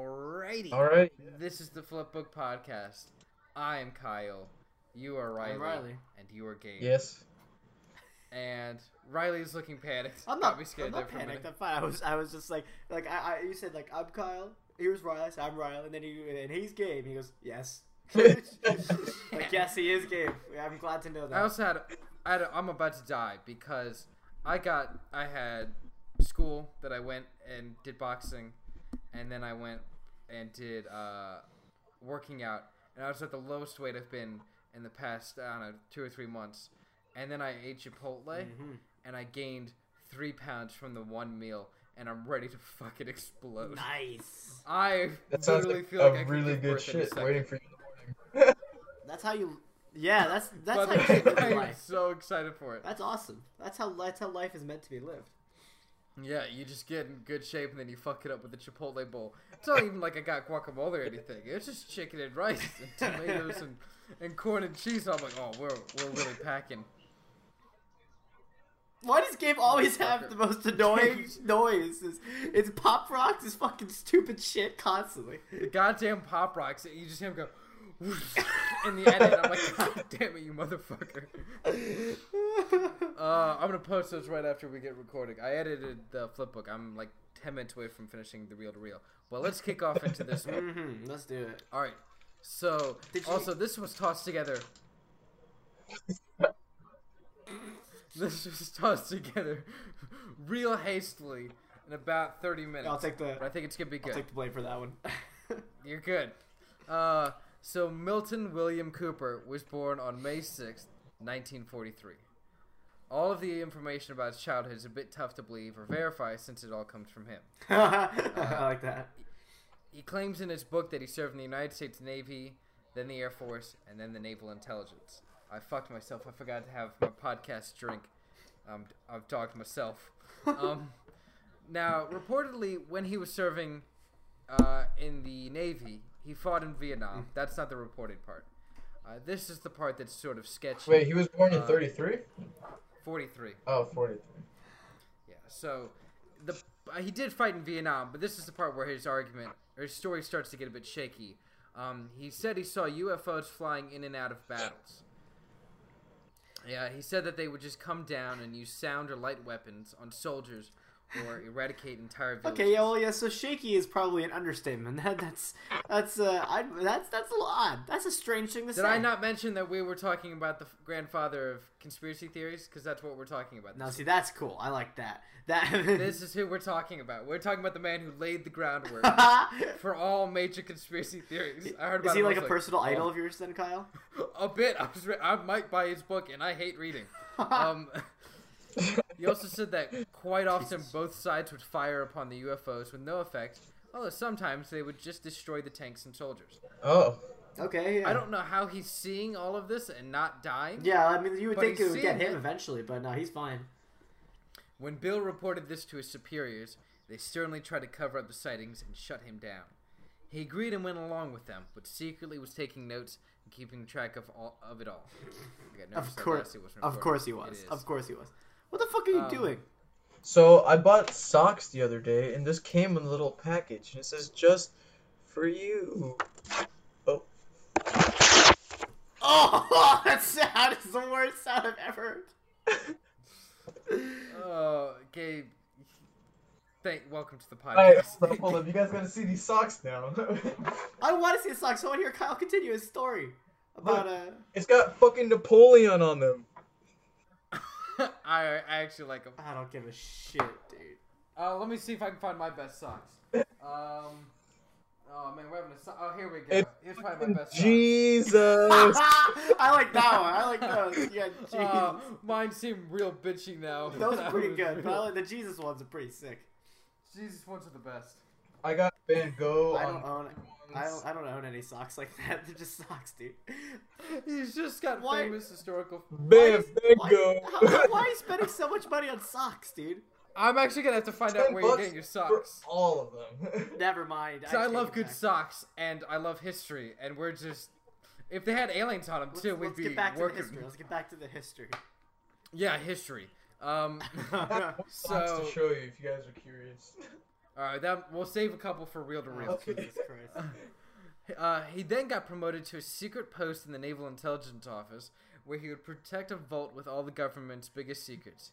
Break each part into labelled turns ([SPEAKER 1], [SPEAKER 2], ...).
[SPEAKER 1] Alrighty.
[SPEAKER 2] All right.
[SPEAKER 1] This is the Flipbook Podcast. I am Kyle. You are Riley.
[SPEAKER 3] I'm Riley.
[SPEAKER 1] And you are Gabe.
[SPEAKER 2] Yes.
[SPEAKER 1] And Riley is looking panicked.
[SPEAKER 3] I'm
[SPEAKER 1] Probably
[SPEAKER 3] not,
[SPEAKER 1] scared
[SPEAKER 3] I'm
[SPEAKER 1] there
[SPEAKER 3] not
[SPEAKER 1] for a
[SPEAKER 3] panicked. I'm
[SPEAKER 1] minute.
[SPEAKER 3] fine. I was, I was just like, like I, I you said like I'm Kyle. Here's Riley. I said, I'm Riley, and then he, and he's Gabe. He goes, yes. like yes, he is Gabe. I'm glad to know that.
[SPEAKER 1] I also had, I had a, I'm about to die because I got, I had school that I went and did boxing, and then I went and did uh, working out, and I was at the lowest weight I've been in the past, I don't know, two or three months, and then I ate Chipotle,
[SPEAKER 3] Mm. Mm-hmm.
[SPEAKER 1] and I gained three pounds from the one meal, and I'm ready to fucking explode.
[SPEAKER 3] nice.
[SPEAKER 1] I
[SPEAKER 2] That sounds
[SPEAKER 1] literally
[SPEAKER 2] like
[SPEAKER 1] feel like I
[SPEAKER 2] a
[SPEAKER 1] could
[SPEAKER 2] really
[SPEAKER 1] do
[SPEAKER 2] good
[SPEAKER 1] worse any
[SPEAKER 2] shit
[SPEAKER 1] second.
[SPEAKER 2] waiting for you in the morning.
[SPEAKER 3] That's how you. Yeah, that's that's
[SPEAKER 1] But
[SPEAKER 3] how you should live
[SPEAKER 1] I'm
[SPEAKER 3] life.
[SPEAKER 1] so excited for it.
[SPEAKER 3] That's awesome. That's how that's how life is meant to be lived.
[SPEAKER 1] Yeah, you just get in good shape and then you fuck it up with a Chipotle bowl. It's not even like I got guacamole or anything. It's just chicken and rice and tomatoes and, and corn and cheese. I'm like, oh, we're we're really packing.
[SPEAKER 3] Why does Gabe always have the most annoying noises? It's pop rocks, is fucking stupid shit constantly.
[SPEAKER 1] The goddamn pop rocks. You just hear him go in the edit. I'm like, god damn it, you motherfucker. Uh, I'm gonna post those right after we get recording. I edited the flipbook. I'm like ten minutes away from finishing the reel to reel. But let's kick off into this one.
[SPEAKER 3] hmm let's do it.
[SPEAKER 1] All right. So
[SPEAKER 3] Did you-
[SPEAKER 1] also this was tossed together. this was tossed together real hastily in about 30 minutes.
[SPEAKER 3] I'll take the
[SPEAKER 1] but I think it's going to be
[SPEAKER 3] I'll
[SPEAKER 1] good.
[SPEAKER 3] take the blame for that one.
[SPEAKER 1] You're good. Uh, so Milton William Cooper was born on May 6th, 1943. All of the information about his childhood is a bit tough to believe or verify since it all comes from him.
[SPEAKER 3] I like
[SPEAKER 1] Uh-huh.
[SPEAKER 3] that.
[SPEAKER 1] He claims in his book that he served in the United States Navy, then the Air Force, and then the Naval Intelligence. I fucked myself. I forgot to have my podcast drink. Um, I've dogged myself. Um, now, reportedly, when he was serving uh, in the Navy, he fought in Vietnam. That's not the reported part. Uh, this is the part that's sort of sketchy.
[SPEAKER 2] Wait, he was born in
[SPEAKER 1] Uh,
[SPEAKER 2] 33?
[SPEAKER 1] 43.
[SPEAKER 2] Oh, 43.
[SPEAKER 1] Yeah. So the uh, he did fight in Vietnam, but this is the part where his argument or his story starts to get a bit shaky. Um, he said he saw UFOs flying in and out of battles. Yeah, he said that they would just come down and use sound or light weapons on soldiers or eradicate entire villages.
[SPEAKER 3] Okay, yeah, well, yeah. So shaky is probably an understatement. That, that's that's uh, I, that's that's a little odd. That's a strange thing to say.
[SPEAKER 1] Did I not mention that we were talking about the f- grandfather of conspiracy theories? Because that's what we're talking about.
[SPEAKER 3] Now, see, that's cool. I like that. That
[SPEAKER 1] this is who we're talking about. We're talking about the man who laid the groundwork for all major conspiracy theories. I heard about
[SPEAKER 3] is he
[SPEAKER 1] him, I
[SPEAKER 3] like a
[SPEAKER 1] was
[SPEAKER 3] personal
[SPEAKER 1] "Oh,
[SPEAKER 3] idol of yours, then, Kyle?
[SPEAKER 1] a bit. I was re- I might buy his book, and I hate reading. Um, he also said that quite often both sides would fire upon the UFOs with no effect, although sometimes they would just destroy the tanks and soldiers.
[SPEAKER 2] Oh.
[SPEAKER 3] Okay. Yeah.
[SPEAKER 1] I don't know how he's seeing all of this and not dying.
[SPEAKER 3] Yeah, I mean, you would
[SPEAKER 1] But
[SPEAKER 3] think
[SPEAKER 1] he's
[SPEAKER 3] it would get
[SPEAKER 1] seen
[SPEAKER 3] him
[SPEAKER 1] it.
[SPEAKER 3] eventually, but no, he's fine.
[SPEAKER 1] When Bill reported this to his superiors, they sternly tried to cover up the sightings and shut him down. He agreed and went along with them, but secretly was taking notes and keeping track of all of it all. I got nervous
[SPEAKER 3] Of
[SPEAKER 1] that
[SPEAKER 3] course,
[SPEAKER 1] last it was
[SPEAKER 3] of
[SPEAKER 1] recorded.
[SPEAKER 3] course he
[SPEAKER 1] It
[SPEAKER 3] was.
[SPEAKER 1] is.
[SPEAKER 3] Of course he was. What the fuck are you
[SPEAKER 1] Um,
[SPEAKER 3] doing?
[SPEAKER 2] So I bought socks the other day, and this came in a little package, and it says just for you.
[SPEAKER 3] Oh, that sound is the worst sound I've ever. heard.
[SPEAKER 1] Oh, Gabe. Thank. Welcome to the
[SPEAKER 2] Alright,
[SPEAKER 1] podcast.
[SPEAKER 2] hold up, hold up. You guys gotta see these socks now.
[SPEAKER 3] I want to see a sock. So I want to hear Kyle continue his story about uh.
[SPEAKER 2] it's got fucking Napoleon on them.
[SPEAKER 1] I, I actually like him.
[SPEAKER 3] I don't give a shit, dude.
[SPEAKER 1] Uh, let me see if I can find my best socks. Um. Oh man, we're having a so- Oh, here we go.
[SPEAKER 2] It's
[SPEAKER 1] Here's probably my best socks.
[SPEAKER 2] Jesus.
[SPEAKER 3] I like that one. I like those. Yeah, Jesus.
[SPEAKER 1] Uh, mine seem real bitchy now.
[SPEAKER 3] those are pretty good. But I
[SPEAKER 1] Real...
[SPEAKER 3] like the Jesus ones are pretty sick.
[SPEAKER 1] Jesus ones are the best.
[SPEAKER 2] I got Van Gogh
[SPEAKER 3] I
[SPEAKER 2] on
[SPEAKER 3] don't own. I
[SPEAKER 2] ones.
[SPEAKER 3] don't, I don't own any socks like that. They're just socks, dude.
[SPEAKER 1] He's just got
[SPEAKER 3] Why-
[SPEAKER 1] famous historical.
[SPEAKER 2] Van
[SPEAKER 3] Why,
[SPEAKER 2] Gogh.
[SPEAKER 3] how- how- why are you spending so much money on socks, dude?
[SPEAKER 1] I'm actually gonna have to find out
[SPEAKER 2] 10
[SPEAKER 1] where you're
[SPEAKER 2] bucks
[SPEAKER 1] getting your
[SPEAKER 2] for
[SPEAKER 1] socks.
[SPEAKER 2] all of them.
[SPEAKER 3] Never mind.
[SPEAKER 1] 'Cause I
[SPEAKER 3] take
[SPEAKER 1] love
[SPEAKER 3] it
[SPEAKER 1] good
[SPEAKER 3] back.
[SPEAKER 1] socks and I love history, and we're just. If they had aliens on them
[SPEAKER 3] Let's,
[SPEAKER 1] too, we'd
[SPEAKER 3] let's
[SPEAKER 1] be
[SPEAKER 3] get back
[SPEAKER 1] working.
[SPEAKER 3] to the history. Let's get back to the history.
[SPEAKER 1] Yeah, history. Um,
[SPEAKER 2] I have more socks
[SPEAKER 1] So-
[SPEAKER 2] to show you if you guys are curious.
[SPEAKER 1] All right, that we'll save a couple for real to real.
[SPEAKER 2] Okay.
[SPEAKER 3] Oh, Jesus Christ.
[SPEAKER 1] Uh, he then got promoted to a secret post in the Naval Intelligence Office, where he would protect a vault with all the government's biggest secrets.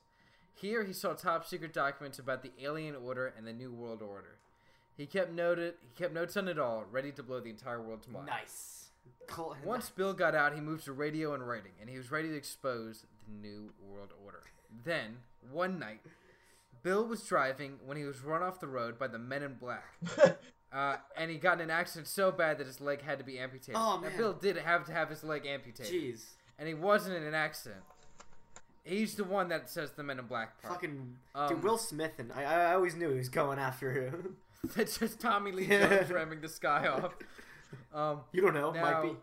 [SPEAKER 1] Here, he saw top secret documents about the alien order and the New World Order. He kept noted, he kept notes on it all, ready to blow the entire world's mind.
[SPEAKER 3] Nice. Cool.
[SPEAKER 1] Once Bill got out, he moved to radio and writing, and he was ready to expose the New World Order. Then, one night, Bill was driving when he was run off the road by the Men in Black. Uh, and he got in an accident so bad that his leg had to be amputated.
[SPEAKER 3] Oh,
[SPEAKER 1] Now,
[SPEAKER 3] man.
[SPEAKER 1] Bill did have to have his leg amputated,
[SPEAKER 3] Jeez.
[SPEAKER 1] and he wasn't in an accident. He's the one that says the Men in Black part.
[SPEAKER 3] Fucking
[SPEAKER 1] Um,
[SPEAKER 3] dude, Will Smith and I, I always knew he was going after him.
[SPEAKER 1] That's just Tommy Lee
[SPEAKER 3] Yeah.
[SPEAKER 1] Jones ramming the sky off. Um,
[SPEAKER 3] You don't know,
[SPEAKER 1] Now-
[SPEAKER 3] might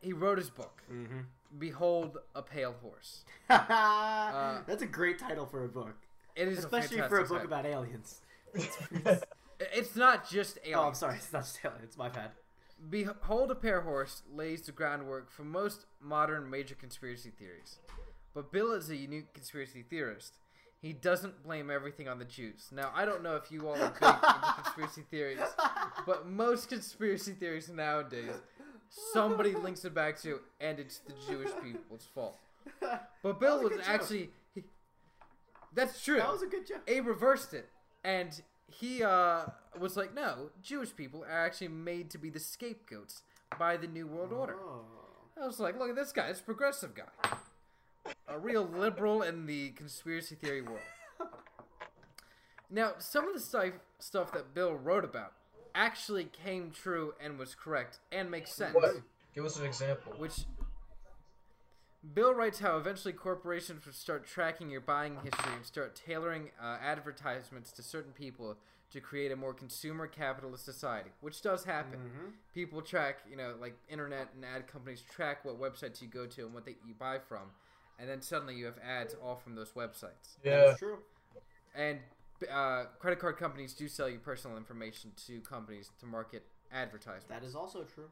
[SPEAKER 1] he wrote his book,
[SPEAKER 3] be. Mm-hmm.
[SPEAKER 1] "Behold a Pale Horse."
[SPEAKER 3] That's a great title for a book,
[SPEAKER 1] It Uh, is a
[SPEAKER 3] especially for a
[SPEAKER 1] fantastic
[SPEAKER 3] book
[SPEAKER 1] title.
[SPEAKER 3] about aliens.
[SPEAKER 1] I- It's not just aliens.
[SPEAKER 3] Oh, I'm sorry, it's not just aliens. It's my bad.
[SPEAKER 1] Behold a Pair Horse lays the groundwork for most modern major conspiracy theories. But Bill is a unique conspiracy theorist. He doesn't blame everything on the Jews. Now, I don't know if you all are big into conspiracy theories, but most conspiracy theories nowadays, somebody links it back to, and it's the Jewish people's fault. But Bill
[SPEAKER 3] was a
[SPEAKER 1] was,
[SPEAKER 3] good joke.
[SPEAKER 1] actually. He, that's true.
[SPEAKER 3] That was a good joke.
[SPEAKER 1] A reversed it, and he uh, was like, "No, Jewish people are actually made to be the scapegoats by the New World Order."
[SPEAKER 3] Oh.
[SPEAKER 1] I was like, "Look at this guy, this progressive guy, a real liberal in the conspiracy theory world." Now, some of the stif- stuff that Bill wrote about actually came true and was correct and makes sense
[SPEAKER 2] What? Give us an example.
[SPEAKER 1] which Bill writes how eventually corporations would start tracking your buying history and start tailoring uh, advertisements to certain people to create a more consumer capitalist society, which does happen.
[SPEAKER 3] Mm. mm-hmm.
[SPEAKER 1] People track, you know, like internet and ad companies track what websites you go to and what they, you buy from, and then suddenly you have ads all from those websites.
[SPEAKER 2] Yeah.
[SPEAKER 3] That's true.
[SPEAKER 1] And uh, credit card companies do sell you personal information to companies to market advertisements.
[SPEAKER 3] That is also true.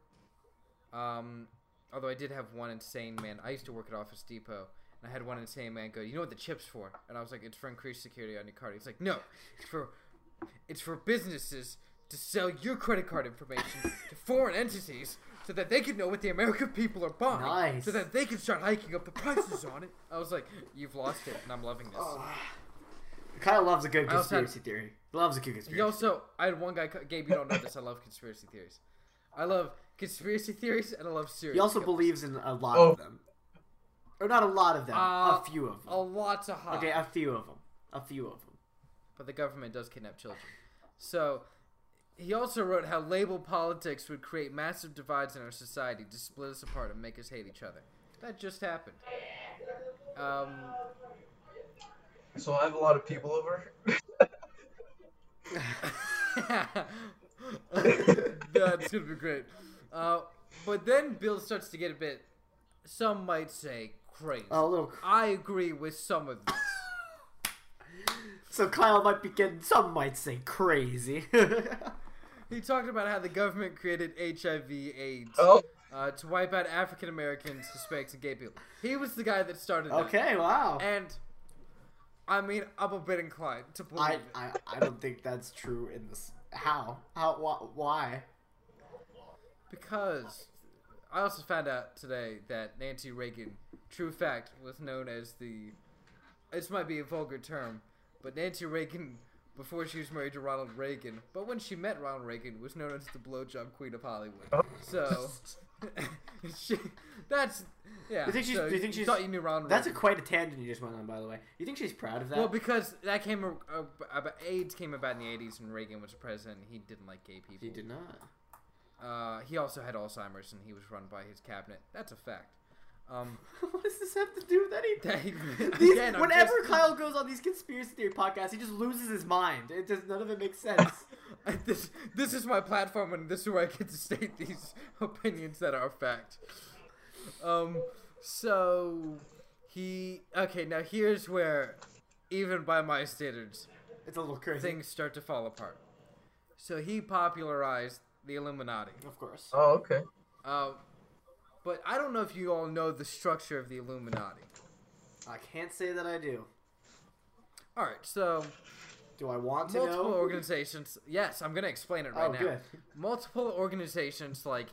[SPEAKER 1] Um, although I did have one insane man. I used to work at Office Depot, and I had one insane man go, "You know what the chip's for?" And I was like, "It's for increased security on your card." He's like, "No, it's for it's for businesses to sell your credit card information to foreign entities." So that they can know what the American people are buying,
[SPEAKER 3] Nice.
[SPEAKER 1] so that they can start hiking up the prices on it. I was like, "You've lost it," and I'm loving this.
[SPEAKER 3] Oh. Kyle loves a good
[SPEAKER 1] Oh. I also had-
[SPEAKER 3] conspiracy theory. Loves a good conspiracy.
[SPEAKER 1] He also, I had one guy, Gabe. You don't know this. I love conspiracy theories. I love conspiracy theories, and I love serial.
[SPEAKER 3] He also
[SPEAKER 1] killers.
[SPEAKER 3] believes in a lot
[SPEAKER 2] Oh.
[SPEAKER 3] of them. Or not a lot of them,
[SPEAKER 1] Uh,
[SPEAKER 3] a few of them.
[SPEAKER 1] a lot to hide.
[SPEAKER 3] Okay, a few of them. A few of them.
[SPEAKER 1] but the government does kidnap children. So he also wrote how label politics would create massive divides in our society to split us apart and make us hate each other. That just happened. Um,
[SPEAKER 2] So I have a lot of people over.
[SPEAKER 1] that's gonna be great. Uh, but then Bill starts to get a bit, some might say, crazy.
[SPEAKER 3] Oh, look.
[SPEAKER 1] I agree with some of this.
[SPEAKER 3] So Kyle might be getting, some might say, crazy.
[SPEAKER 1] He talked about how the government created HIV/AIDS.
[SPEAKER 2] oh,
[SPEAKER 1] uh, to wipe out African Americans, Hispanics, and gay people. He was the guy that started that.
[SPEAKER 3] okay, wow.
[SPEAKER 1] And I mean, I'm a bit inclined to believe
[SPEAKER 3] I,
[SPEAKER 1] it.
[SPEAKER 3] I, I don't think that's true in this. How? How? Wh- why?
[SPEAKER 1] because I also found out today that Nancy Reagan, true fact, was known as the. This might be a vulgar term, but Nancy Reagan, before she was married to Ronald Reagan, but when she met Ronald Reagan, was known as the blowjob queen of Hollywood. So. she, that's yeah.
[SPEAKER 3] You think she's-
[SPEAKER 1] so
[SPEAKER 3] you think she's-
[SPEAKER 1] thought you knew Ronald?
[SPEAKER 3] That's a
[SPEAKER 1] Reagan.
[SPEAKER 3] quite a tangent you just went on, by the way. You think she's proud of that?
[SPEAKER 1] Well, because that came a- a- ab- AIDS came about in the '80s, and Reagan was president. And he didn't like gay people.
[SPEAKER 3] he did not.
[SPEAKER 1] Uh, he also had Alzheimer's, and he was run by his cabinet. That's a fact. Um,
[SPEAKER 3] what does this have to do with
[SPEAKER 1] that
[SPEAKER 3] anything?
[SPEAKER 1] he-
[SPEAKER 3] These,
[SPEAKER 1] again, I'm
[SPEAKER 3] whenever
[SPEAKER 1] just-
[SPEAKER 3] Kyle goes on these conspiracy theory podcasts, he just loses his mind. It just none of it makes sense.
[SPEAKER 1] this this is my platform, and this is where I get to state these opinions that are fact. Um, so he okay. Now here's where, even by my standards,
[SPEAKER 3] it's a little crazy.
[SPEAKER 1] things start to fall apart. So he popularized the Illuminati.
[SPEAKER 3] Of course.
[SPEAKER 2] oh, okay.
[SPEAKER 1] Uh, but I don't know if you all know the structure of the Illuminati.
[SPEAKER 3] I can't say that I do.
[SPEAKER 1] All right, so
[SPEAKER 3] Do I want to
[SPEAKER 1] multiple
[SPEAKER 3] know?
[SPEAKER 1] organizations. Yes, I'm gonna explain it right
[SPEAKER 3] oh,
[SPEAKER 1] now.
[SPEAKER 3] good.
[SPEAKER 1] Multiple organizations like,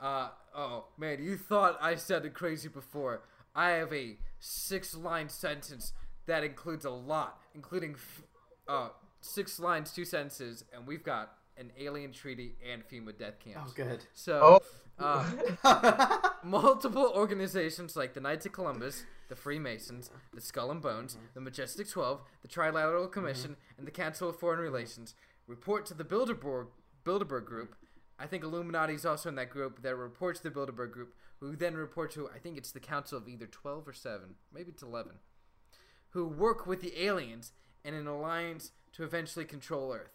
[SPEAKER 1] uh, oh man, you thought I sounded crazy before. I have a six-line sentence that includes a lot, including, f- uh, six lines, two sentences, and we've got an alien treaty and FEMA death
[SPEAKER 3] Oh,
[SPEAKER 1] camps.
[SPEAKER 3] good.
[SPEAKER 1] So,
[SPEAKER 2] Oh.
[SPEAKER 1] uh, multiple organizations like the Knights of Columbus, the Freemasons, the Skull and Bones, the Majestic 12, the Trilateral Commission, and the Council of Foreign Relations report to the Bilderberg, Bilderberg Group. I think Illuminati's also in that group that reports to the Bilderberg Group, who then report to, I think it's the Council of either 12 or 7, maybe it's 11, who work with the aliens in an alliance to eventually control Earth.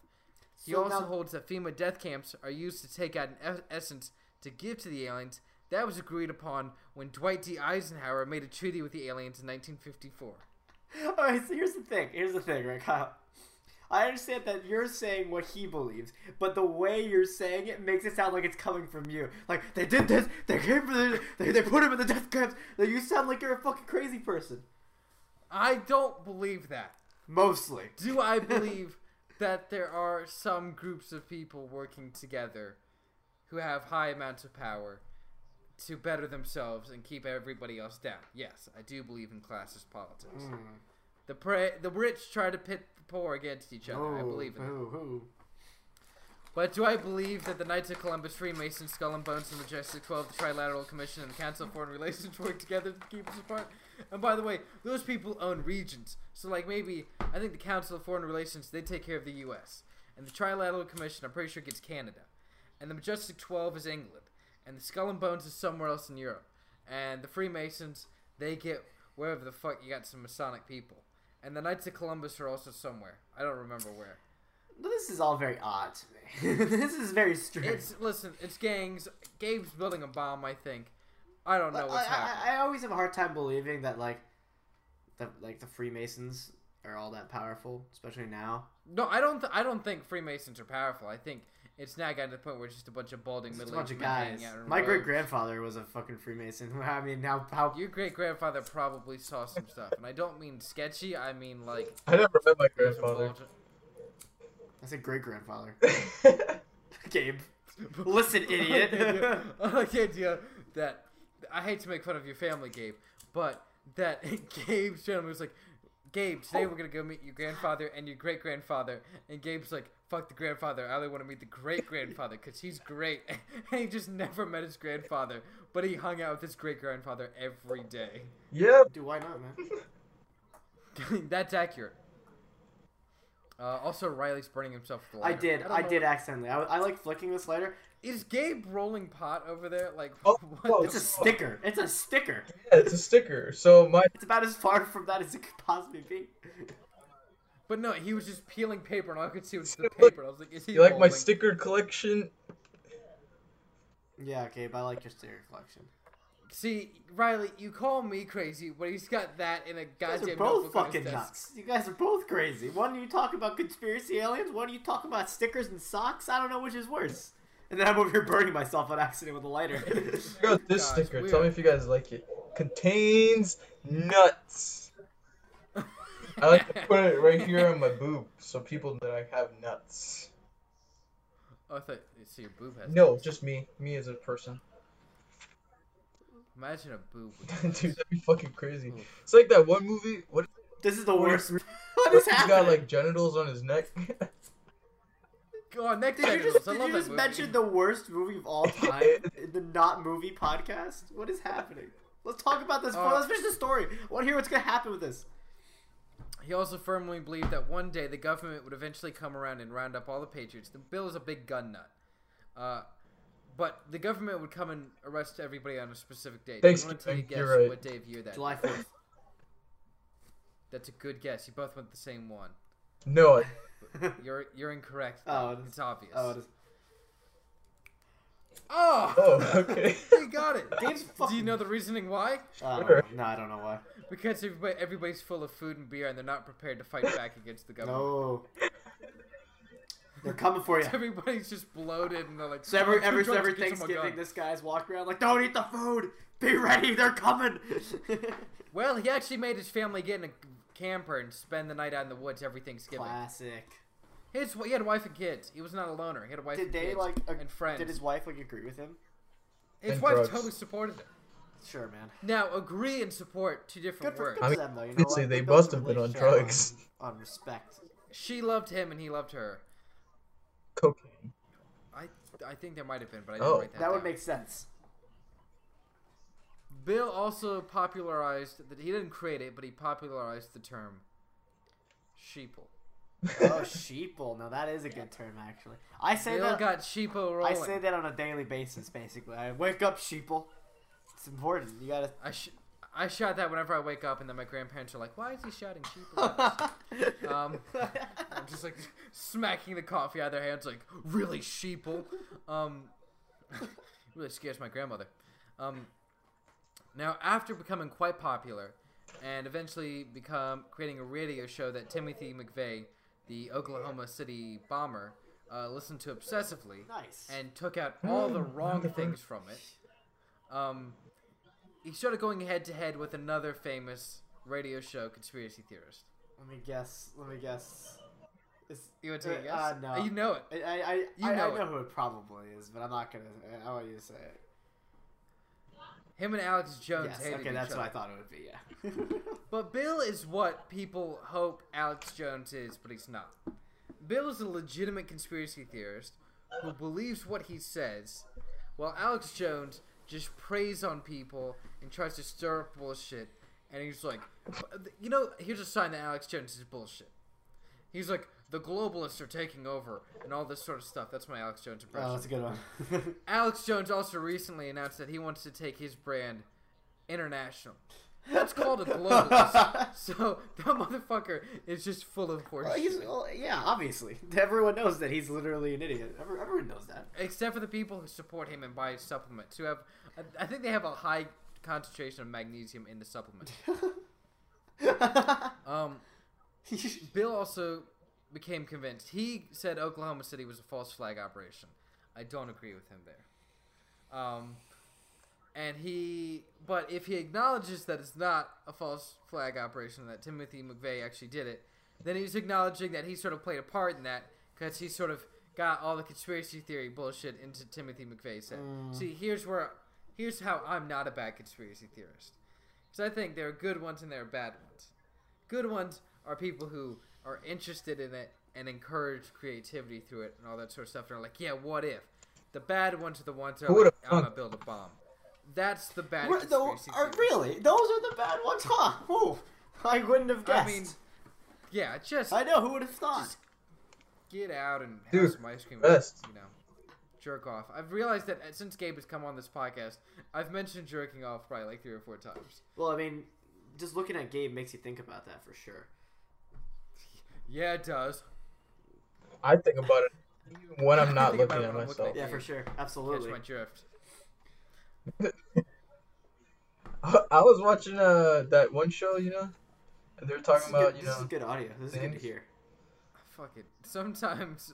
[SPEAKER 1] He
[SPEAKER 3] So
[SPEAKER 1] also
[SPEAKER 3] now-
[SPEAKER 1] holds that FEMA death camps are used to take out an es- essence to give to the aliens. That was agreed upon when Dwight D. Eisenhower made a treaty with the aliens in 1954.
[SPEAKER 3] All right, so here's the thing. Here's the thing, right, Kyle? I understand that you're saying what he believes, but the way you're saying it makes it sound like it's coming from you. Like they did this, they came for the, they, they put him in the death camps. Like, you sound like you're a fucking crazy person.
[SPEAKER 1] I don't believe that.
[SPEAKER 3] Mostly.
[SPEAKER 1] Do I believe that there are some groups of people working together who have high amounts of power to better themselves and keep everybody else down? Yes, I do believe in classist politics. The pre- the rich try to pit the poor against each other. I believe in that. But do I believe that the Knights of Columbus, Freemasons, Skull and Bones, the Majestic Twelve, the Trilateral Commission, and the Council of Foreign Relations work together to keep us apart? And by the way, those people own regions. So, like, maybe I think the Council of Foreign Relations they take care of the U.S. and the Trilateral Commission I'm pretty sure gets Canada, and the Majestic Twelve is England, and the Skull and Bones is somewhere else in Europe, and the Freemasons they get wherever the fuck you got some Masonic people, and the Knights of Columbus are also somewhere. I don't remember where.
[SPEAKER 3] No, This is all very odd to me. this is very strange.
[SPEAKER 1] It's listen, it's gangs. Gabe's building a bomb, I think. I don't know what's
[SPEAKER 3] I,
[SPEAKER 1] happening.
[SPEAKER 3] I, I always have a hard time believing that like the like the Freemasons are all that powerful, especially now.
[SPEAKER 1] No, I don't. Th- I don't think Freemasons are powerful. I think it's now gotten to the point where it's just a bunch of balding
[SPEAKER 3] It's a bunch
[SPEAKER 1] middle-aged
[SPEAKER 3] of
[SPEAKER 1] men hanging
[SPEAKER 3] guys.
[SPEAKER 1] out in
[SPEAKER 3] My
[SPEAKER 1] rows.
[SPEAKER 3] great grandfather was a fucking Freemason. I mean, now how?
[SPEAKER 1] Your great grandfather probably saw some stuff, and I don't mean sketchy. I mean like
[SPEAKER 2] I never met my
[SPEAKER 1] he was
[SPEAKER 2] grandfather.
[SPEAKER 1] involved-
[SPEAKER 3] I said great grandfather. Gabe, listen, idiot.
[SPEAKER 1] I like the idea that I hate to make fun of your family, Gabe, but that Gabe's gentleman was like, Gabe, today we're gonna go meet your grandfather and your great grandfather, and Gabe's like, fuck the grandfather, I only want to meet the great grandfather because he's great, and he just never met his grandfather, but he hung out with his great grandfather every day.
[SPEAKER 2] yeah,
[SPEAKER 3] Do why not, man?
[SPEAKER 1] That's accurate. Uh, also, Riley's burning himself with a
[SPEAKER 3] I
[SPEAKER 1] lighter.
[SPEAKER 3] did.
[SPEAKER 1] don't
[SPEAKER 3] I,
[SPEAKER 1] know
[SPEAKER 3] did accidentally. I, I like flicking this later.
[SPEAKER 1] Is Gabe rolling pot over there? Like,
[SPEAKER 2] Oh,
[SPEAKER 1] what
[SPEAKER 2] oh,
[SPEAKER 1] the
[SPEAKER 3] It's a
[SPEAKER 1] fuck?
[SPEAKER 3] sticker. It's a sticker.
[SPEAKER 2] yeah, it's a sticker. So my
[SPEAKER 3] It's about as far from that as it could possibly be.
[SPEAKER 1] But no, he was just peeling paper, and all I could see was the
[SPEAKER 2] Like,
[SPEAKER 1] paper. I was like, "Is he
[SPEAKER 2] you like Oh my
[SPEAKER 1] rolling?
[SPEAKER 2] sticker collection?
[SPEAKER 3] Yeah, Gabe. I like your sticker collection.
[SPEAKER 1] See, Riley, you call me crazy, but he's got that in a
[SPEAKER 3] You guys
[SPEAKER 1] goddamn
[SPEAKER 3] are both
[SPEAKER 1] notebook on his
[SPEAKER 3] fucking
[SPEAKER 1] desk.
[SPEAKER 3] nuts. You guys are both crazy. One you talk about conspiracy aliens, one you talk about stickers and socks. I don't know which is worse. And then I'm over here burning myself on accident with a lighter.
[SPEAKER 2] I got
[SPEAKER 1] Guys,
[SPEAKER 2] this sticker.
[SPEAKER 1] we
[SPEAKER 2] Tell
[SPEAKER 1] are-
[SPEAKER 2] me if you guys like it. Contains nuts. I like to put it right here on my boob so people that I have nuts.
[SPEAKER 1] Oh, I thought, so your boob has.
[SPEAKER 2] No, just me. Me as a person.
[SPEAKER 1] Imagine a boob. With
[SPEAKER 2] Dude,
[SPEAKER 1] nuts.
[SPEAKER 2] that'd be fucking crazy. It's like that one movie. What?
[SPEAKER 3] this is the worst.
[SPEAKER 2] He
[SPEAKER 3] what is
[SPEAKER 2] got
[SPEAKER 3] happening?
[SPEAKER 2] like genitals on his neck.
[SPEAKER 1] Go on, next
[SPEAKER 3] Did you
[SPEAKER 1] sentence.
[SPEAKER 3] just,
[SPEAKER 1] I
[SPEAKER 3] did
[SPEAKER 1] love
[SPEAKER 3] you
[SPEAKER 1] that
[SPEAKER 3] just
[SPEAKER 1] movie.
[SPEAKER 3] mention the worst movie of all time in the not movie podcast? What is happening? Let's talk about this.
[SPEAKER 1] Uh,
[SPEAKER 3] Let's finish the story. I want to hear what's going to happen with this.
[SPEAKER 1] He also firmly believed that one day the government would eventually come around and round up all the patriots. The Bill is a big gun nut. Uh, but the government would come and arrest everybody on a specific date.
[SPEAKER 2] Thanks,
[SPEAKER 1] I want to take a
[SPEAKER 2] Keith.
[SPEAKER 1] guess
[SPEAKER 2] You're right.
[SPEAKER 1] what day of year that.
[SPEAKER 3] July 4th.
[SPEAKER 1] That's a good guess. You both went the same one.
[SPEAKER 2] no, I-
[SPEAKER 1] You're you're incorrect.
[SPEAKER 3] Oh, it
[SPEAKER 1] it's,
[SPEAKER 3] is-
[SPEAKER 1] obvious.
[SPEAKER 3] Oh, it is.
[SPEAKER 1] Oh,
[SPEAKER 2] Oh, okay.
[SPEAKER 1] he got it.
[SPEAKER 3] Gabe's
[SPEAKER 1] Do you
[SPEAKER 3] fucking-
[SPEAKER 1] know the reasoning why?
[SPEAKER 3] I don't
[SPEAKER 2] Sure.
[SPEAKER 3] know. uh, No, I don't know why.
[SPEAKER 1] Because everybody, everybody's full of food and beer, and they're not prepared to fight back against the government.
[SPEAKER 3] No. They're coming for you.
[SPEAKER 1] Everybody's just bloated, and they're like,
[SPEAKER 3] So every
[SPEAKER 1] "I'm too
[SPEAKER 3] every,
[SPEAKER 1] drunk to
[SPEAKER 3] every
[SPEAKER 1] get someone
[SPEAKER 3] Thanksgiving,
[SPEAKER 1] gun."
[SPEAKER 3] this guy's walking around like, "Don't eat the food. Be ready. They're coming."
[SPEAKER 1] Well, he actually made his family get in a camper and spend the night out in the woods every Thanksgiving.
[SPEAKER 3] Classic.
[SPEAKER 1] His he had a wife and kids. He was not a loner. He had a wife.
[SPEAKER 3] Did
[SPEAKER 1] and
[SPEAKER 3] they
[SPEAKER 1] kids
[SPEAKER 3] like? ag-
[SPEAKER 1] and friends?
[SPEAKER 3] Did his wife like agree with him?
[SPEAKER 1] his
[SPEAKER 2] And
[SPEAKER 1] wife
[SPEAKER 2] drugs.
[SPEAKER 1] totally supported him.
[SPEAKER 3] Sure, man.
[SPEAKER 1] Now, agree and support two different
[SPEAKER 3] Good for,
[SPEAKER 1] words.
[SPEAKER 3] good
[SPEAKER 2] I
[SPEAKER 3] for
[SPEAKER 2] mean,
[SPEAKER 3] them though. You know
[SPEAKER 2] Obviously,
[SPEAKER 3] what?
[SPEAKER 2] they
[SPEAKER 3] That builds
[SPEAKER 2] must have
[SPEAKER 3] a
[SPEAKER 2] been on
[SPEAKER 3] relationship
[SPEAKER 2] drugs.
[SPEAKER 3] On respect.
[SPEAKER 1] she loved him and he loved her.
[SPEAKER 2] Cocaine.
[SPEAKER 1] I I think there might have been, but I didn't
[SPEAKER 2] Oh.
[SPEAKER 1] write that.
[SPEAKER 3] That would
[SPEAKER 1] down.
[SPEAKER 3] make sense.
[SPEAKER 1] Bill also popularized that he didn't create it, but he popularized the term sheeple.
[SPEAKER 3] Oh, sheeple. Now that is a good term, actually. I say
[SPEAKER 1] Bill
[SPEAKER 3] that.
[SPEAKER 1] got sheeple
[SPEAKER 3] I
[SPEAKER 1] rolling.
[SPEAKER 3] say that on a daily basis, basically. I wake up, sheeple. It's important. You gotta.
[SPEAKER 1] I sh- I shout that whenever I wake up, and then my grandparents are like, "Why is he shouting sheeple?" at us?" Um, I'm just like smacking the coffee out of their hands, like really sheeple. Um, really scares my grandmother. Um, now, after becoming quite popular, and eventually become creating a radio show that Timothy McVeigh, the Oklahoma City bomber, uh, listened to obsessively
[SPEAKER 3] nice.
[SPEAKER 1] and took out all the
[SPEAKER 2] Hmm,
[SPEAKER 1] wrong
[SPEAKER 2] wonderful.
[SPEAKER 1] things from it. Um, he started going head to head with another famous radio show conspiracy theorist.
[SPEAKER 3] let me guess. Let me guess. It's-
[SPEAKER 1] You want to take a
[SPEAKER 3] Uh,
[SPEAKER 1] guess?
[SPEAKER 3] uh, no.
[SPEAKER 1] You know it.
[SPEAKER 3] I I I,
[SPEAKER 1] You
[SPEAKER 3] I,
[SPEAKER 1] know
[SPEAKER 3] I
[SPEAKER 1] it.
[SPEAKER 3] know who it probably is, but I'm not gonna. I want you to say it.
[SPEAKER 1] Him and Alex Jones
[SPEAKER 3] Yes.
[SPEAKER 1] hated
[SPEAKER 3] Okay, that's
[SPEAKER 1] each
[SPEAKER 3] what I
[SPEAKER 1] other.
[SPEAKER 3] thought it would be. Yeah.
[SPEAKER 1] But Bill is what people hope Alex Jones is, but he's not. Bill is a legitimate conspiracy theorist who believes what he says, while Alex Jones just preys on people and tries to stir up bullshit. And he's like, you know, here's a sign that Alex Jones is bullshit. He's like, the globalists are taking over and all this sort of stuff. That's my Alex Jones impression.
[SPEAKER 3] oh, that's a good one.
[SPEAKER 1] Alex Jones also recently announced that he wants to take his brand international. That's called a globalist. so that motherfucker is just full of
[SPEAKER 3] Well, he's,
[SPEAKER 1] horseshit.
[SPEAKER 3] well, yeah, obviously. Everyone knows that he's literally an idiot. Every- Everyone knows that.
[SPEAKER 1] Except for the people who support him and buy his supplements, who have, I- I think they have a high concentration of magnesium in the supplement. Um, Bill also became convinced. He said Oklahoma City was a false flag operation. I don't agree with him there. Um, and he, but if he acknowledges that it's not a false flag operation, that Timothy McVeigh actually did it, then he's acknowledging that he sort of played a part in that because he sort of got all the conspiracy theory bullshit into Timothy McVeigh's head.
[SPEAKER 2] Mm.
[SPEAKER 1] See, here's where, here's how I'm not a bad conspiracy theorist. Because I think there are good ones and there are bad ones. Good ones are people who are interested in it and encourage creativity through it and all that sort of stuff. And are like, yeah, what if? The bad ones are the ones that
[SPEAKER 2] Who
[SPEAKER 1] are like,
[SPEAKER 2] would've
[SPEAKER 1] I'm gonna
[SPEAKER 2] thunk?
[SPEAKER 1] build a bomb. That's the bad
[SPEAKER 3] We're- though,
[SPEAKER 1] conspiracy
[SPEAKER 3] are,
[SPEAKER 1] theories.
[SPEAKER 3] really? Those are the bad ones, huh? Ooh, I wouldn't have
[SPEAKER 1] I
[SPEAKER 3] guessed. I,
[SPEAKER 1] mean, yeah, just
[SPEAKER 3] know, who would have thought?
[SPEAKER 1] Just- get out and have
[SPEAKER 2] Dude,
[SPEAKER 1] some ice cream.
[SPEAKER 2] rest.
[SPEAKER 1] You know, jerk off. I've realized that uh, since Gabe has come on this podcast, I've mentioned jerking off probably like three or four times.
[SPEAKER 3] Well, I mean, just looking at Gabe makes you think about that for sure.
[SPEAKER 1] Yeah, it does.
[SPEAKER 2] I think about it even when I'm not
[SPEAKER 1] Think about
[SPEAKER 2] looking
[SPEAKER 1] it
[SPEAKER 2] at
[SPEAKER 1] when I'm looking
[SPEAKER 2] myself.
[SPEAKER 1] at
[SPEAKER 3] Yeah,
[SPEAKER 1] Gabe,
[SPEAKER 3] for sure.
[SPEAKER 1] Catch
[SPEAKER 3] Absolutely.
[SPEAKER 1] my drift.
[SPEAKER 2] I I was watching uh that one show, you know, and they were
[SPEAKER 3] This,
[SPEAKER 2] talking
[SPEAKER 3] is
[SPEAKER 2] about
[SPEAKER 3] good,
[SPEAKER 2] you
[SPEAKER 3] this is
[SPEAKER 2] know
[SPEAKER 3] good audio. This is good to
[SPEAKER 2] things.
[SPEAKER 3] hear.
[SPEAKER 1] Fuck it. Sometimes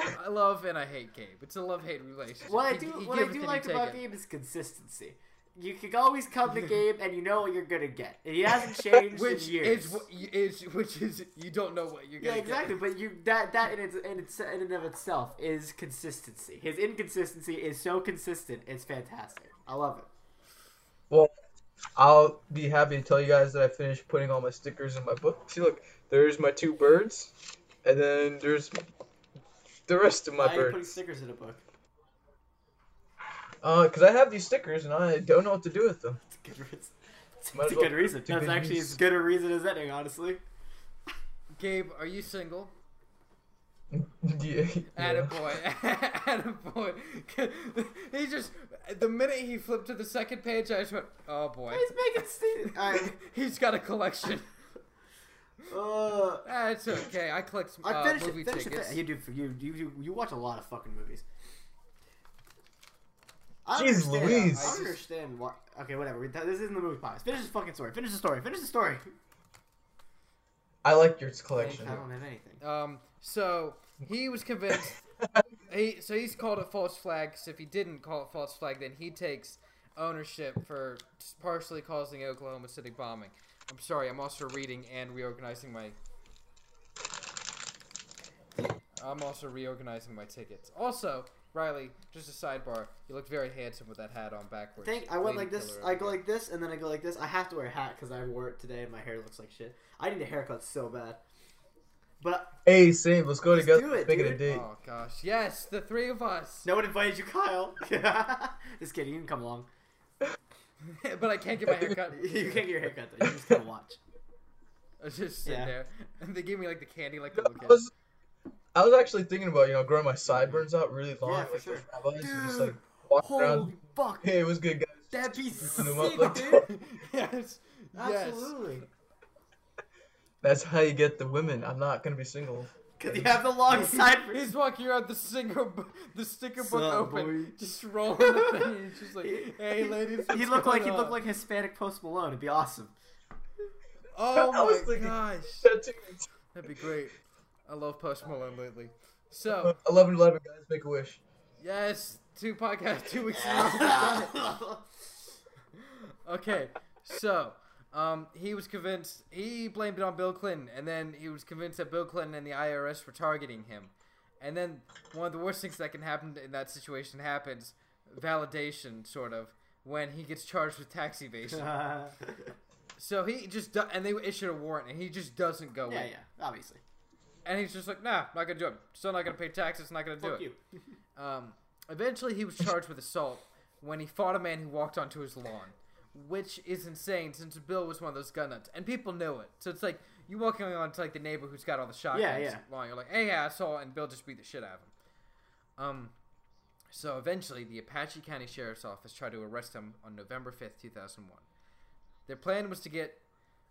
[SPEAKER 1] I I love and I hate Gabe. It's a love hate relationship.
[SPEAKER 3] What I
[SPEAKER 1] He-
[SPEAKER 3] do,
[SPEAKER 1] he
[SPEAKER 3] what
[SPEAKER 1] give it,
[SPEAKER 3] I do
[SPEAKER 1] then you
[SPEAKER 3] like
[SPEAKER 1] take
[SPEAKER 3] about
[SPEAKER 1] it.
[SPEAKER 3] Gabe is consistency. You can always come to Gabe and you know what you're gonna get. He hasn't changed
[SPEAKER 1] which
[SPEAKER 3] in years.
[SPEAKER 1] is wh- is which is you don't know what you're
[SPEAKER 3] Yeah,
[SPEAKER 1] gonna
[SPEAKER 3] exactly. But you that that in its in its in and of itself is consistency. His inconsistency is so consistent. It's fantastic. I love it.
[SPEAKER 2] Well, I'll be happy to tell you guys that I finished putting all my stickers in my book. See, look, there's my two birds, and then there's the rest of my
[SPEAKER 3] Why are you putting
[SPEAKER 2] birds.
[SPEAKER 3] stickers in a book?
[SPEAKER 2] Uh, because I have these stickers and I don't know what to do with them.
[SPEAKER 3] It's a good reason. It's
[SPEAKER 2] Might as
[SPEAKER 3] a
[SPEAKER 2] well
[SPEAKER 3] good reason.
[SPEAKER 2] take
[SPEAKER 3] That's
[SPEAKER 2] good
[SPEAKER 3] actually
[SPEAKER 2] use.
[SPEAKER 3] as good a reason as any, honestly.
[SPEAKER 1] get. Gabe, are you single?
[SPEAKER 2] yeah, yeah.
[SPEAKER 1] Attaboy. Attaboy. he just the minute he flipped to the second page, I just went, oh boy.
[SPEAKER 3] He's making sti- I,
[SPEAKER 1] He's got a collection.
[SPEAKER 3] uh,
[SPEAKER 1] That's okay. I collect some,
[SPEAKER 3] I
[SPEAKER 1] uh,
[SPEAKER 3] finished
[SPEAKER 1] movie
[SPEAKER 3] it. Finish it.
[SPEAKER 1] tickets.
[SPEAKER 3] fi- You do. You you you, you watch a lot of fucking movies. I don't
[SPEAKER 2] Jeez
[SPEAKER 3] understand-
[SPEAKER 2] Louise.
[SPEAKER 3] I don't understand why. Okay, whatever. we- This isn't the movie podcast. Finish the fucking story. Finish the story. Finish the story.
[SPEAKER 2] I like your
[SPEAKER 3] I
[SPEAKER 2] collection.
[SPEAKER 3] don't have anything.
[SPEAKER 1] Um, so he was convinced. he so he's called it false flag. So if he didn't call it false flag, then he takes ownership for partially causing the Oklahoma City bombing. I'm sorry, I'm also reading and reorganizing my. I'm also reorganizing my tickets. Also, Riley, just a sidebar. You look very handsome with that hat on backwards.
[SPEAKER 3] Think I went
[SPEAKER 1] Lady
[SPEAKER 3] like this.
[SPEAKER 1] killer
[SPEAKER 3] I
[SPEAKER 1] over
[SPEAKER 3] go
[SPEAKER 1] there.
[SPEAKER 3] like this, and then I go like this. I have to wear a hat because I wore it today, and my hair looks like shit. I need a haircut so bad. But
[SPEAKER 2] Hey, same. Let's go
[SPEAKER 3] Let's
[SPEAKER 2] together.
[SPEAKER 3] do it,
[SPEAKER 2] Let's make it a
[SPEAKER 3] dude.
[SPEAKER 2] date.
[SPEAKER 1] Oh gosh, yes, the three of us.
[SPEAKER 3] no one invited you, Kyle. just kidding. You can come along.
[SPEAKER 1] but I can't get my hair cut.
[SPEAKER 3] You can't get your haircut though. You just gotta watch.
[SPEAKER 1] I was just sitting
[SPEAKER 3] Yeah.
[SPEAKER 1] there, and they gave me like the candy,
[SPEAKER 3] Oh,
[SPEAKER 1] like the
[SPEAKER 2] I
[SPEAKER 1] little kid.
[SPEAKER 2] was, I was actually thinking about you know growing my sideburns out really long,
[SPEAKER 3] Yeah, for
[SPEAKER 2] like
[SPEAKER 3] sure.
[SPEAKER 2] with rabbis, and just
[SPEAKER 3] Dude,
[SPEAKER 2] like walking
[SPEAKER 3] Holy
[SPEAKER 2] around.
[SPEAKER 3] fuck!
[SPEAKER 2] Hey, what's good, guys?
[SPEAKER 3] That'd be sick,
[SPEAKER 2] Loosen them up like
[SPEAKER 3] dude.
[SPEAKER 2] that.
[SPEAKER 1] yes, yes.
[SPEAKER 3] Absolutely.
[SPEAKER 2] That's how you get the women. I'm not gonna be single.
[SPEAKER 3] Because you have the long side. for-
[SPEAKER 1] He's walking around the sticker, bu- the sticker book
[SPEAKER 3] Sup,
[SPEAKER 1] open,
[SPEAKER 3] boy?
[SPEAKER 1] just rolling the thing. and He's just like, "Hey, ladies."
[SPEAKER 3] He
[SPEAKER 1] what's
[SPEAKER 3] looked like he
[SPEAKER 1] going
[SPEAKER 3] looked
[SPEAKER 1] on?"
[SPEAKER 3] like Hispanic Post Malone. It'd be awesome.
[SPEAKER 1] Oh
[SPEAKER 2] I was
[SPEAKER 1] my
[SPEAKER 2] thinking-
[SPEAKER 1] gosh,
[SPEAKER 2] Tattoos.
[SPEAKER 1] that'd be great. I love Post Malone lately. So
[SPEAKER 3] Oh.
[SPEAKER 2] 11 11, guys, make a wish.
[SPEAKER 1] yes, two podcasts, two weeks. in a row. We've done it.
[SPEAKER 3] That's
[SPEAKER 1] Okay, so um, he was convinced he blamed it on Bill Clinton, and then he was convinced that Bill Clinton and the IRS were targeting him. And then one of the worst things that can happen in that situation happens validation, sort of, when he gets charged with tax evasion. so he just, do- and they issued a warrant, and he just doesn't go
[SPEAKER 3] Yeah,
[SPEAKER 1] in.
[SPEAKER 3] yeah, obviously.
[SPEAKER 1] And he's just like, nah, not gonna do it. Still not gonna pay taxes, not gonna do
[SPEAKER 3] Fuck
[SPEAKER 1] it.
[SPEAKER 3] you.
[SPEAKER 1] Um, eventually, he was charged with assault when he fought a man who walked onto his lawn, which is insane since Bill was one of those gun nuts, and people knew it. So it's like you walking on to like the neighbor who's got all the shotguns
[SPEAKER 3] Yeah, yeah.
[SPEAKER 1] lawn. You're like, hey, asshole, and Bill just beat the shit out of him. Um, so eventually, the Apache County Sheriff's Office tried to arrest him on November fifth, two thousand one. Their plan was to get.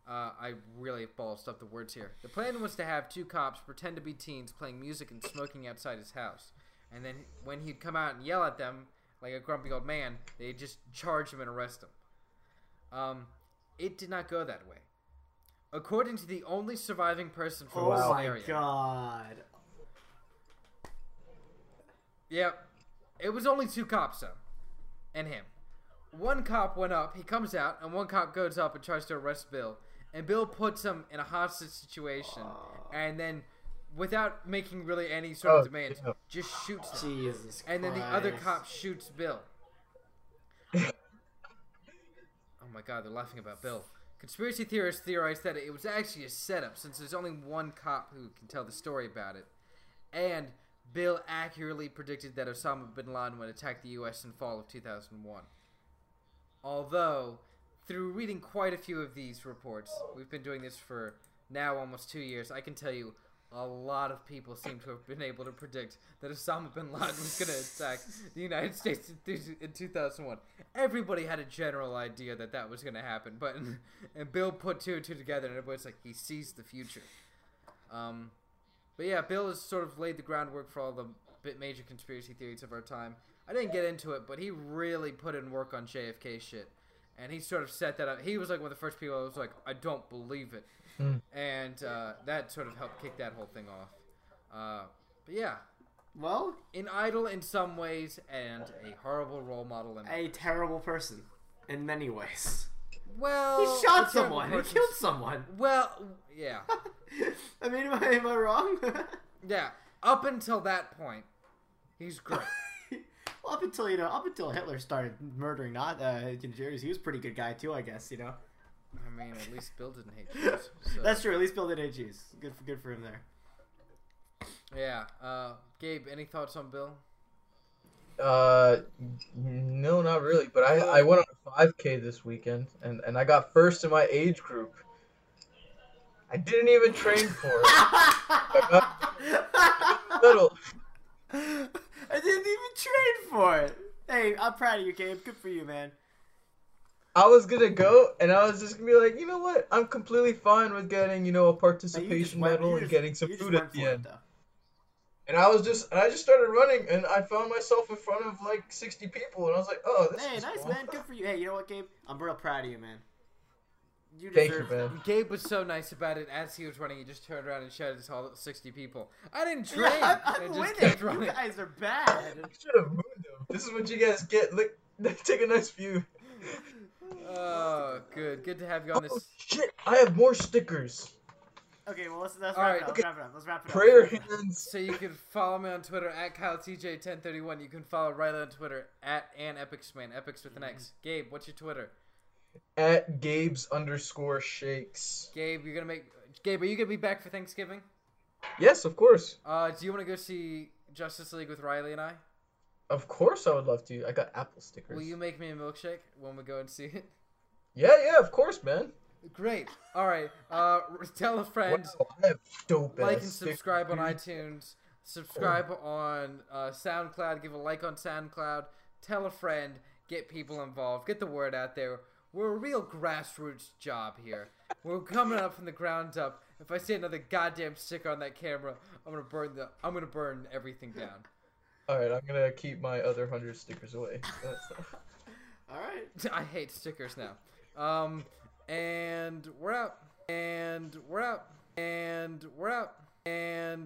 [SPEAKER 1] Uh, I really ballsed up the words here. The plan was to have two cops pretend to be teens playing music and smoking outside his house. And then when he'd come out and yell at them, like a grumpy old man, they'd just charge him and arrest him. Um, it did not go that way. According to the only surviving person from
[SPEAKER 3] Oh
[SPEAKER 1] the
[SPEAKER 2] Wow.
[SPEAKER 3] my
[SPEAKER 1] scenario.
[SPEAKER 3] god.
[SPEAKER 1] Yep. It was only two cops though, and him. One cop went up. He comes out, and one cop goes up and tries to arrest Bill. And Bill puts him in a hostage situation, and then, without making really any sort
[SPEAKER 2] Oh,
[SPEAKER 1] of demands,
[SPEAKER 2] yeah.
[SPEAKER 1] just shoots him.
[SPEAKER 3] Jesus.
[SPEAKER 1] And then the other
[SPEAKER 3] Christ.
[SPEAKER 1] cop shoots Bill. oh my god, they're laughing about Bill. Conspiracy theorists theorize that it was actually a setup since there's only one cop who can tell the story about it. And Bill accurately predicted that Osama bin Laden would attack the US in fall of 2001. Although, through reading quite a few of these reports, we've been doing this for now almost two years, I can tell you a lot of people seem to have been able to predict that Osama bin Laden was going to attack the United States in two- in 2001. Everybody had a general idea that that was going to happen, but and Bill put two and two together, and everybody's like, he sees the future. Um, but yeah, Bill has sort of laid the groundwork for all the bit major conspiracy theories of our time. I didn't get into it, but he really put in work on JFK shit, and he sort of set that up. He was like one of the first people. I was like, I don't believe it,
[SPEAKER 2] Hmm.
[SPEAKER 1] and uh, that sort of helped kick that whole thing off. Uh, but yeah,
[SPEAKER 3] Well,
[SPEAKER 1] an idol in some ways, and a horrible role model in
[SPEAKER 3] a terrible person in many ways.
[SPEAKER 1] well,
[SPEAKER 3] He
[SPEAKER 1] a
[SPEAKER 3] shot
[SPEAKER 1] terrible
[SPEAKER 3] someone. He
[SPEAKER 1] person.
[SPEAKER 3] killed someone.
[SPEAKER 1] Well, yeah,
[SPEAKER 3] I mean, am I, am I wrong?
[SPEAKER 1] yeah. Up until that point, he's great.
[SPEAKER 3] well, up until you know, up until Hitler started murdering not uh, Jews, he was a pretty good guy too, I guess. You know,
[SPEAKER 1] I mean, at least Bill didn't hate Jews. So.
[SPEAKER 3] that's true. At least Bill did hate Jews. Good for good for him there.
[SPEAKER 1] Yeah. Uh, Gabe, any thoughts on Bill?
[SPEAKER 2] Uh, no, not really. But I, I went on a 5K this weekend, and, and I got first in my age group. I didn't even train for it. Little.
[SPEAKER 3] I didn't even train for it. Hey, I'm proud of you, Gabe. Good for you, man.
[SPEAKER 2] I was gonna go, and I was just gonna be like, you know what? I'm completely fine with getting, you know, a
[SPEAKER 3] Now, you just
[SPEAKER 2] participation
[SPEAKER 3] went-
[SPEAKER 2] medal
[SPEAKER 3] you
[SPEAKER 2] and
[SPEAKER 3] just-
[SPEAKER 2] getting some
[SPEAKER 3] you just
[SPEAKER 2] food at
[SPEAKER 3] went
[SPEAKER 2] the
[SPEAKER 3] for it,
[SPEAKER 2] end.
[SPEAKER 3] though.
[SPEAKER 2] And I was just, and I just started running, and I found myself in front of like 60 people, and I was like, oh, this
[SPEAKER 3] Hey,
[SPEAKER 2] is
[SPEAKER 3] nice
[SPEAKER 2] cool.
[SPEAKER 3] man. Good for you. Hey, you know what, Gabe? I'm real proud of you, man. You
[SPEAKER 2] Thank
[SPEAKER 3] deserve
[SPEAKER 2] you, man.
[SPEAKER 1] Gabe was so nice about it. As he was running, he just turned around and shouted to all 60 people, I didn't
[SPEAKER 3] Yeah,
[SPEAKER 1] drink!
[SPEAKER 3] I'm,
[SPEAKER 1] and
[SPEAKER 3] I'm
[SPEAKER 1] just kept
[SPEAKER 3] winning.
[SPEAKER 1] running.
[SPEAKER 3] You guys are bad.
[SPEAKER 2] I should have moved them. This is what you guys get. Look, take a nice view.
[SPEAKER 1] Oh, good. Good to have you on
[SPEAKER 2] Oh
[SPEAKER 1] this.
[SPEAKER 2] shit! I have more stickers.
[SPEAKER 3] Okay, well let's, let's
[SPEAKER 1] All
[SPEAKER 3] wrap
[SPEAKER 1] right,
[SPEAKER 2] okay.
[SPEAKER 3] it up. Let's wrap it up. Let's wrap it up.
[SPEAKER 2] Prayer hands.
[SPEAKER 1] So you can follow me on Twitter at KyleTJ1031. You can follow Riley on Twitter at an Epicsman. Epics with an
[SPEAKER 3] Mm-hmm.
[SPEAKER 1] X. Gabe, what's your Twitter?
[SPEAKER 2] at Gabe's underscore shakes.
[SPEAKER 1] Gabe, you're gonna make. Gabe, are you gonna be back for Thanksgiving?
[SPEAKER 2] Yes, of course.
[SPEAKER 1] Uh, do you want to go see Justice League with Riley and I?
[SPEAKER 2] Of course I would love to. I got Apple stickers.
[SPEAKER 1] Will you make me a milkshake when we go and see it?
[SPEAKER 2] Yeah, yeah, of course, man.
[SPEAKER 1] Great. All right. Uh, r- tell a friend.
[SPEAKER 2] Wow, Oh, I have dope
[SPEAKER 1] like
[SPEAKER 2] ass
[SPEAKER 1] and
[SPEAKER 2] stickers,
[SPEAKER 1] subscribe on
[SPEAKER 2] dude.
[SPEAKER 1] iTunes. Subscribe on uh, SoundCloud. Give a like on SoundCloud. Tell a friend. Get people involved. Get the word out there. We're a real grassroots job here. We're coming up from the ground up. If I see another goddamn sticker on that camera, I'm gonna burn the. I'm gonna burn everything down.
[SPEAKER 2] All right, I'm gonna keep my other hundred stickers away.
[SPEAKER 3] All right.
[SPEAKER 1] I hate stickers now. Um, and we're out. And we're out. And we're out. And.